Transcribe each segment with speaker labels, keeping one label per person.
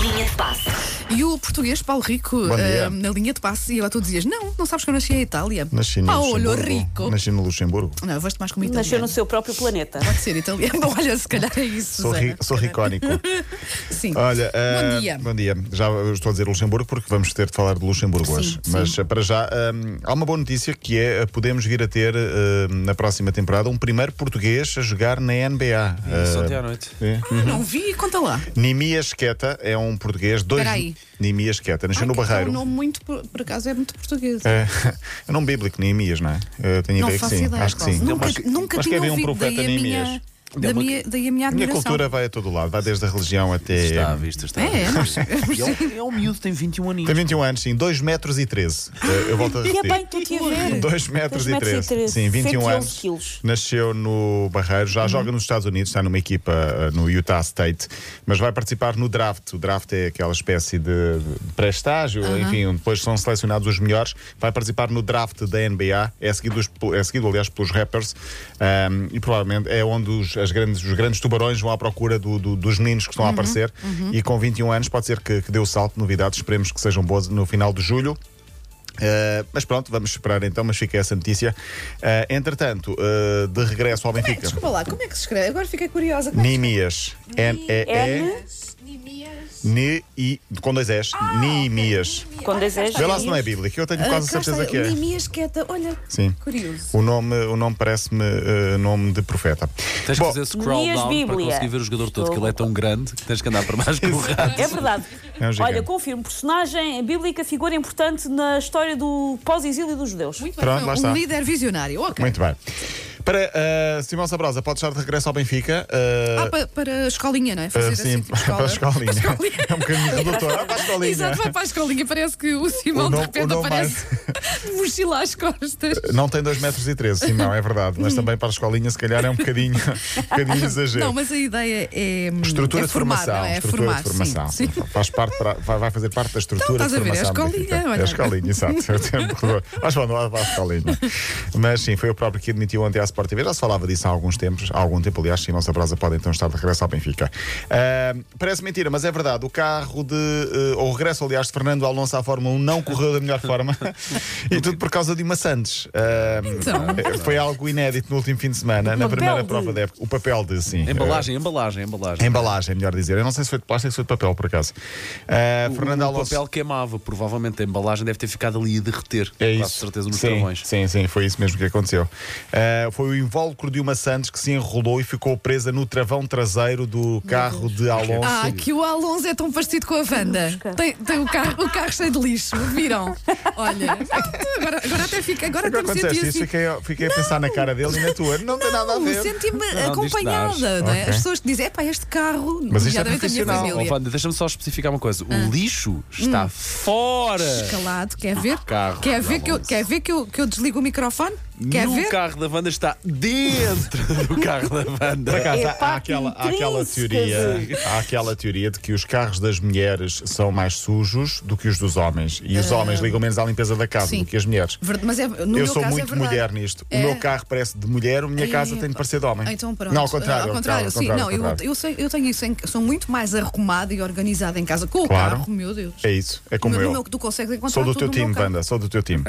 Speaker 1: Linha de passe.
Speaker 2: E o português Paulo Rico
Speaker 3: Bom dia.
Speaker 2: eh, na linha de passe, e lá tu dizias: Não, não sabes que eu nasci em Itália.
Speaker 3: Nasci no
Speaker 2: Paulo
Speaker 3: Luxemburgo.
Speaker 2: Rico.
Speaker 3: Nasci no Luxemburgo.
Speaker 2: Não, eu gosto mais como italiano.
Speaker 4: Nasceu no seu próprio planeta.
Speaker 2: Pode ser italiano. Olha, se calhar é isso.
Speaker 3: Sou, ri,
Speaker 2: Susana.
Speaker 3: sou ricónico.
Speaker 2: Sim.
Speaker 3: Olha, eh,
Speaker 2: Bom dia.
Speaker 3: Bom dia. Já estou a dizer Luxemburgo porque vamos ter de falar de Luxemburgo
Speaker 2: Sim,
Speaker 3: hoje.
Speaker 2: sim.
Speaker 3: Mas eh, para já, eh, há uma boa notícia que é eh, podemos vir a ter eh, na próxima temporada um primeiro português a jogar na NBA.
Speaker 5: Isso
Speaker 3: Eh,
Speaker 5: ontem à noite.
Speaker 3: é.
Speaker 2: Não vi, conta lá.
Speaker 3: Nimias Queta é um português. Dois...
Speaker 2: Espera aí.
Speaker 3: Nimias Queta. Nasceu
Speaker 2: Ai,
Speaker 3: no
Speaker 2: que
Speaker 3: Barreiro.
Speaker 2: É um nome muito, por por acaso, é muito português.
Speaker 3: É, é nome bíblico, Neemias, não é? Eu tenho
Speaker 2: Não
Speaker 3: ideia que
Speaker 2: faço
Speaker 3: sim.
Speaker 2: ideia.
Speaker 3: Acho que
Speaker 2: Paulo.
Speaker 3: sim.
Speaker 2: Nunca,
Speaker 3: Acho que-
Speaker 2: nunca
Speaker 3: acho que
Speaker 2: tinha
Speaker 3: havia um
Speaker 2: ouvido
Speaker 3: profeta
Speaker 2: daí a minha,
Speaker 3: Neemias.
Speaker 2: da minha, daí a minha
Speaker 3: A minha
Speaker 2: admiração.
Speaker 3: cultura vai a todo lado, vai desde a religião até.
Speaker 5: Está Tá, à vista, está à
Speaker 2: É, é,
Speaker 5: vista.
Speaker 2: nós-
Speaker 5: E É, um, é um miúdo, tem 21 aninhos.
Speaker 3: Tem 21 anos, sim, 2 metros e 13. Eh, Eu volto a
Speaker 4: E é
Speaker 3: repetir.
Speaker 4: bem, tu te a ver.
Speaker 3: 2 metros
Speaker 4: Dois
Speaker 3: e
Speaker 4: metros e
Speaker 3: 13.
Speaker 4: treze,
Speaker 3: Sim, 21
Speaker 4: 111
Speaker 3: anos.
Speaker 4: quilos. Uhum.
Speaker 3: Nasceu no Barreiro, já joga nos Estados Unidos, está numa equipa eh, no Utah State, mas vai participar no draft. O draft é aquela espécie de de pré-estágio, enfim, onde depois são selecionados os melhores. Vai participar no draft da NBA, é seguido, os- é seguido aliás, pelos rappers, ahm, e provavelmente é onde os, as grandes, os grandes tubarões vão à procura do- do- dos meninos que estão
Speaker 4: Uhum,
Speaker 3: a aparecer. E com 21 anos pode ser que, que dê o salto, novidades, esperemos que sejam boas no final de julho. Uh, mas pronto, vamos esperar então, mas fica essa notícia. Uh, entretanto, uh, de regresso ao
Speaker 2: Bem,
Speaker 3: Benfica.
Speaker 2: desculpa lá, como é que se escreve? Agora fiquei curiosa. Como é que
Speaker 3: Nimias. N-E-E. N -I, com dois S. Nimias.
Speaker 4: Com
Speaker 3: Vê
Speaker 4: desejo.
Speaker 3: lá se não é bíblico, eu tenho
Speaker 2: Ah,
Speaker 3: quase
Speaker 2: cá
Speaker 3: certeza
Speaker 2: está,
Speaker 3: que é.
Speaker 2: Nemias Queta, olha,
Speaker 3: Sim.
Speaker 2: curioso.
Speaker 3: O nome, o nome parece-me uh, nome de profeta.
Speaker 5: Tens que
Speaker 3: Bom,
Speaker 5: fazer scroll
Speaker 4: Neemias
Speaker 5: down para
Speaker 4: Bíblia.
Speaker 5: conseguir ver o jogador todo,
Speaker 4: Estou
Speaker 5: que ele é tão grande que tens que andar para baixo com o rato.
Speaker 4: É verdade.
Speaker 3: É um gigante.
Speaker 4: Olha, confirmo, personagem bíblica, figura importante na história do pós-exílio dos judeus.
Speaker 2: Muito
Speaker 3: Pronto,
Speaker 2: bem,
Speaker 3: lá
Speaker 2: um
Speaker 3: está.
Speaker 2: líder visionário. Ok.
Speaker 3: Muito bem. Para uh, Simão Sabrosa, pode estar de regresso ao Benfica. Uh,
Speaker 2: Ah, pa- para, a escolinha, não é?
Speaker 3: uh,
Speaker 2: Fazer assim,
Speaker 3: sim,
Speaker 2: tipo
Speaker 3: para a escolinha.
Speaker 2: escolinha.
Speaker 3: É um bocadinho redutor. Ah, para a escolinha.
Speaker 2: Exato, vai para a escolinha. Parece que o Simão
Speaker 3: O nome-
Speaker 2: de repente
Speaker 3: o nome
Speaker 2: aparece mochila às costas.
Speaker 3: Não tem 2 metros e 13, sim, não, é verdade. Mas também para a escolinha, se calhar, é um bocadinho, um bocadinho exagero.
Speaker 2: Uhum. Não, mas a ideia é. hum,
Speaker 3: Estrutura
Speaker 2: é
Speaker 3: de
Speaker 2: formar,
Speaker 3: formação.
Speaker 2: não é? É
Speaker 3: Estrutura
Speaker 2: formar,
Speaker 3: de formação.
Speaker 2: Sim, sim.
Speaker 3: Faz parte para- vai, vai fazer parte da estrutura
Speaker 2: Então,
Speaker 3: de
Speaker 2: estás a ver, é a
Speaker 3: formação. do
Speaker 2: escolinha,
Speaker 3: Benfica.
Speaker 2: olha.
Speaker 3: É a escolinha, exato. É o tempo. Mas bom, não há lá escolinha. Mas sim, foi o próprio que admitiu ontem à Sport TV. Já se falava disso há alguns tempos, há algum tempo, aliás, sim, nossa brasa pode então estar de regresso ao Benfica. Ah, parece mentira, mas é verdade. O carro de. eh, ou o regresso, aliás, de Fernando Alonso à Fórmula 1 não correu da melhor forma. e tudo por causa de uma Santos. Ah,
Speaker 2: Então.
Speaker 3: Foi algo inédito no último fim de semana, na
Speaker 4: papel
Speaker 3: primeira
Speaker 4: de-
Speaker 3: prova da época. O papel de, sim. eh,
Speaker 5: Embalagem, embalagem, embalagem.
Speaker 3: Embalagem, melhor dizer. Eu não sei se foi de plástico ou se foi de papel, por acaso. Uh,
Speaker 5: O-
Speaker 3: Fernando
Speaker 5: o,
Speaker 3: Alonso.
Speaker 5: papel queimava, provavelmente a embalagem deve ter ficado ali a derreter.
Speaker 3: É
Speaker 5: com
Speaker 3: isso.
Speaker 5: quase certeza nos
Speaker 3: sim,
Speaker 5: carvões.
Speaker 3: Sim, sim, foi isso mesmo que aconteceu. Uh, foi o invólucro de uma Santos que se enrolou e ficou presa no travão traseiro do carro de Alonso.
Speaker 2: Ah, que o Alonso é tão parecido com a Wanda. Tem, tem o, carro, o carro cheio de lixo, viram? Olha, agora, agora até fica. Agora,
Speaker 3: Agora
Speaker 2: até
Speaker 3: quando
Speaker 2: me senti
Speaker 3: disseste isso,
Speaker 2: assim.
Speaker 3: fiquei, fiquei a pensar na cara dele e na tua. Não, tem nada a
Speaker 2: Não,
Speaker 3: ver.
Speaker 2: senti-me
Speaker 5: Não, diz
Speaker 2: acompanhada,
Speaker 5: nada.
Speaker 2: não é?
Speaker 3: Ok.
Speaker 2: As pessoas que dizem, epá, este carro,
Speaker 3: Mas isto é
Speaker 2: nomeadamente a minha
Speaker 3: profissional.
Speaker 5: Oh,
Speaker 2: família. Ah. Hum.
Speaker 5: Wanda, deixa-me só especificar uma coisa. O lixo está fora
Speaker 2: Calado, quer
Speaker 3: Ah,
Speaker 2: ver?
Speaker 5: Carro
Speaker 2: quer ver,
Speaker 5: de
Speaker 2: que eu,
Speaker 5: Alonso.
Speaker 2: quer ver que, eu, que eu desligo o microfone? Quer
Speaker 5: no
Speaker 2: ver?
Speaker 5: carro da Wanda, está dentro do carro da
Speaker 3: Por
Speaker 5: Wanda.
Speaker 3: acaso,
Speaker 4: É
Speaker 3: há- há,
Speaker 4: parte
Speaker 3: aquela, há aquela
Speaker 4: intrínseca,
Speaker 3: teoria, há aquela teoria de que os carros das mulheres são mais sujos do que os dos homens. E
Speaker 5: Ah.
Speaker 3: os homens ligam menos à limpeza da casa
Speaker 2: sim.
Speaker 3: do que as mulheres.
Speaker 2: Ver- Mas é, no meu
Speaker 3: eu sou
Speaker 2: caso é
Speaker 3: muito
Speaker 2: verdade.
Speaker 3: mulher nisto.
Speaker 2: É.
Speaker 3: O meu carro parece de mulher, a minha casa
Speaker 2: Epa.
Speaker 3: tem de parecer de homem.
Speaker 2: Ah, Então pronto.
Speaker 3: Não, ao
Speaker 2: Ah,
Speaker 3: contrário.
Speaker 2: Ao
Speaker 3: ao
Speaker 2: contrário,
Speaker 3: ao
Speaker 2: sim.
Speaker 3: contrário,
Speaker 2: não,
Speaker 3: ao
Speaker 2: eu-
Speaker 3: contrário.
Speaker 2: Eu, sei- eu tenho isso, em, sou muito mais arrumada e organizada em casa com o
Speaker 3: Claro.
Speaker 2: carro, meu Deus.
Speaker 3: É isso, é como
Speaker 2: No meu-
Speaker 3: eu.
Speaker 2: no meu que tu consegues encontrar
Speaker 3: Sou do
Speaker 2: tudo
Speaker 3: teu
Speaker 2: no
Speaker 3: time,
Speaker 2: meu carro.
Speaker 3: Wanda, sou do teu time.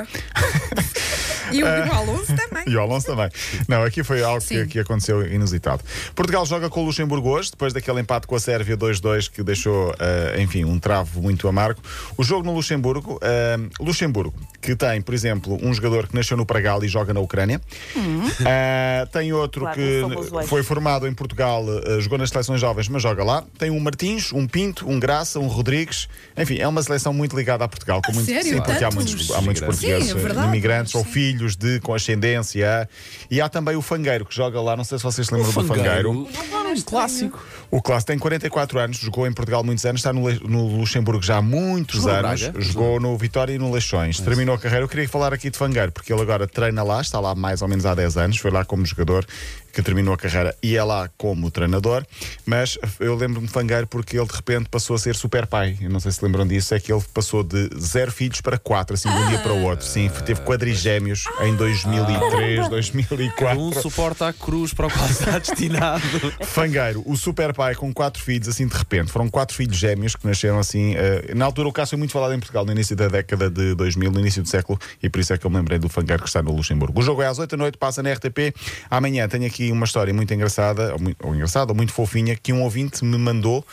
Speaker 2: E o e o Alonso também.
Speaker 3: E o Alonso também. Não, aqui foi algo que,
Speaker 2: Sim.
Speaker 3: que aconteceu inusitado. Portugal joga com o Luxemburgo hoje, depois daquele empate com a Sérvia 2-2 que deixou, eh, enfim, um travo muito amargo. O jogo no Luxemburgo, eh, Luxemburgo, que tem, por exemplo, um jogador que nasceu no Pragal e joga na Ucrânia,
Speaker 2: Hum.
Speaker 3: Eh, tem outro
Speaker 4: Claro, o famoso
Speaker 3: que
Speaker 4: eixo.
Speaker 3: foi formado em Portugal, eh, jogou nas seleções jovens, mas joga lá. Tem um Martins, um Pinto, um Graça, um Rodrigues. Enfim, é uma seleção muito ligada a Portugal. com muito-
Speaker 2: Ah, sério?
Speaker 3: Sim, porque há
Speaker 2: Tantos?
Speaker 3: muitos, há muitos
Speaker 5: Sim,
Speaker 3: portugueses, eh,
Speaker 2: é verdade.
Speaker 3: imigrantes ou
Speaker 2: Sim.
Speaker 3: filhos de condescendência. E há também o Fangueiro que joga lá, não sei se vocês se lembram do Fangueiro.
Speaker 5: Um clássico.
Speaker 3: O Clássico tem 44 anos, jogou em Portugal muitos anos, está no, Le- no Luxemburgo já há muitos
Speaker 5: Jogou no
Speaker 3: anos,
Speaker 5: Braga? É
Speaker 3: jogou no Vitória e no Leixões. Terminou a carreira. Eu queria falar aqui de Fangueiro, porque ele agora treina lá, está lá mais ou menos há 10 anos, foi lá como jogador. Que que terminou a carreira e é lá como treinador. Mas eu lembro-me de Fangueiro porque ele de repente passou a ser super pai. Eu não sei se lembram disso, é que ele passou de zero filhos para quatro, assim, de um dia para o outro. Sim, teve quadrigémeos em
Speaker 5: Ah,
Speaker 3: 2003, 2004.
Speaker 5: Um suporta a cruz para o qual está destinado.
Speaker 3: Fangueiro, o super pai com quatro filhos, assim de repente. Foram quatro filhos gêmeos que nasceram assim. eh, na altura, o caso foi muito falado em Portugal, no início da década de 2000, no início do século, e por isso é que eu me lembrei do Fangueiro que está no Luxemburgo. O jogo é às 8 da noite, passa na RTP. Amanhã tenho aqui uma história muito engraçada, ou, mui- ou engraçada, ou muito fofinha, que um ouvinte me mandou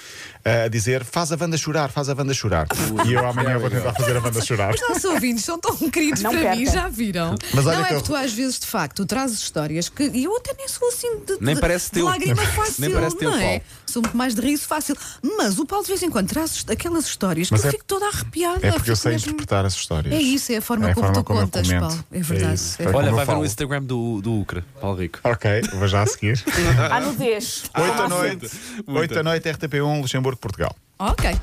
Speaker 3: eh, a dizer: faz a Wanda chorar, faz a Wanda chorar. e eu amanhã vou tentar fazer a Wanda chorar.
Speaker 2: Os nossos ouvintes são tão queridos
Speaker 4: Não
Speaker 2: para
Speaker 4: perca.
Speaker 2: mim, já viram?
Speaker 3: Mas olha
Speaker 2: não é
Speaker 3: que eu-
Speaker 2: que tu às vezes, de facto, trazes histórias que. E eu até nem sou assim de.
Speaker 5: Nem
Speaker 2: de-
Speaker 5: parece
Speaker 2: de
Speaker 5: teu.
Speaker 2: Lágrima fácil,
Speaker 5: Nem parece teu,
Speaker 2: não é?
Speaker 5: Paulo.
Speaker 2: Sou muito mais de riso fácil. Mas o Paulo, de vez em quando, traz hist- aquelas histórias
Speaker 3: Mas
Speaker 2: que
Speaker 3: é-
Speaker 2: eu fico toda arrepiada.
Speaker 3: É porque
Speaker 2: fico
Speaker 3: eu sei
Speaker 2: mesmo-
Speaker 3: interpretar as histórias.
Speaker 2: É isso, é a forma como tu
Speaker 3: eu
Speaker 2: contas,
Speaker 3: comento.
Speaker 2: Paulo. É verdade.
Speaker 3: isso.
Speaker 2: É
Speaker 3: Foi
Speaker 2: verdade.
Speaker 5: Olha,
Speaker 3: como eu
Speaker 5: vai ver
Speaker 3: falo.
Speaker 5: o Instagram do, do Ucra, Paulo Rico.
Speaker 3: Ok, vou já a seguir.
Speaker 4: Há nudez.
Speaker 3: 8 da noite,
Speaker 5: Muita.
Speaker 3: 8 da noite, RTP1, Luxemburgo, um, Portugal.
Speaker 2: Ok.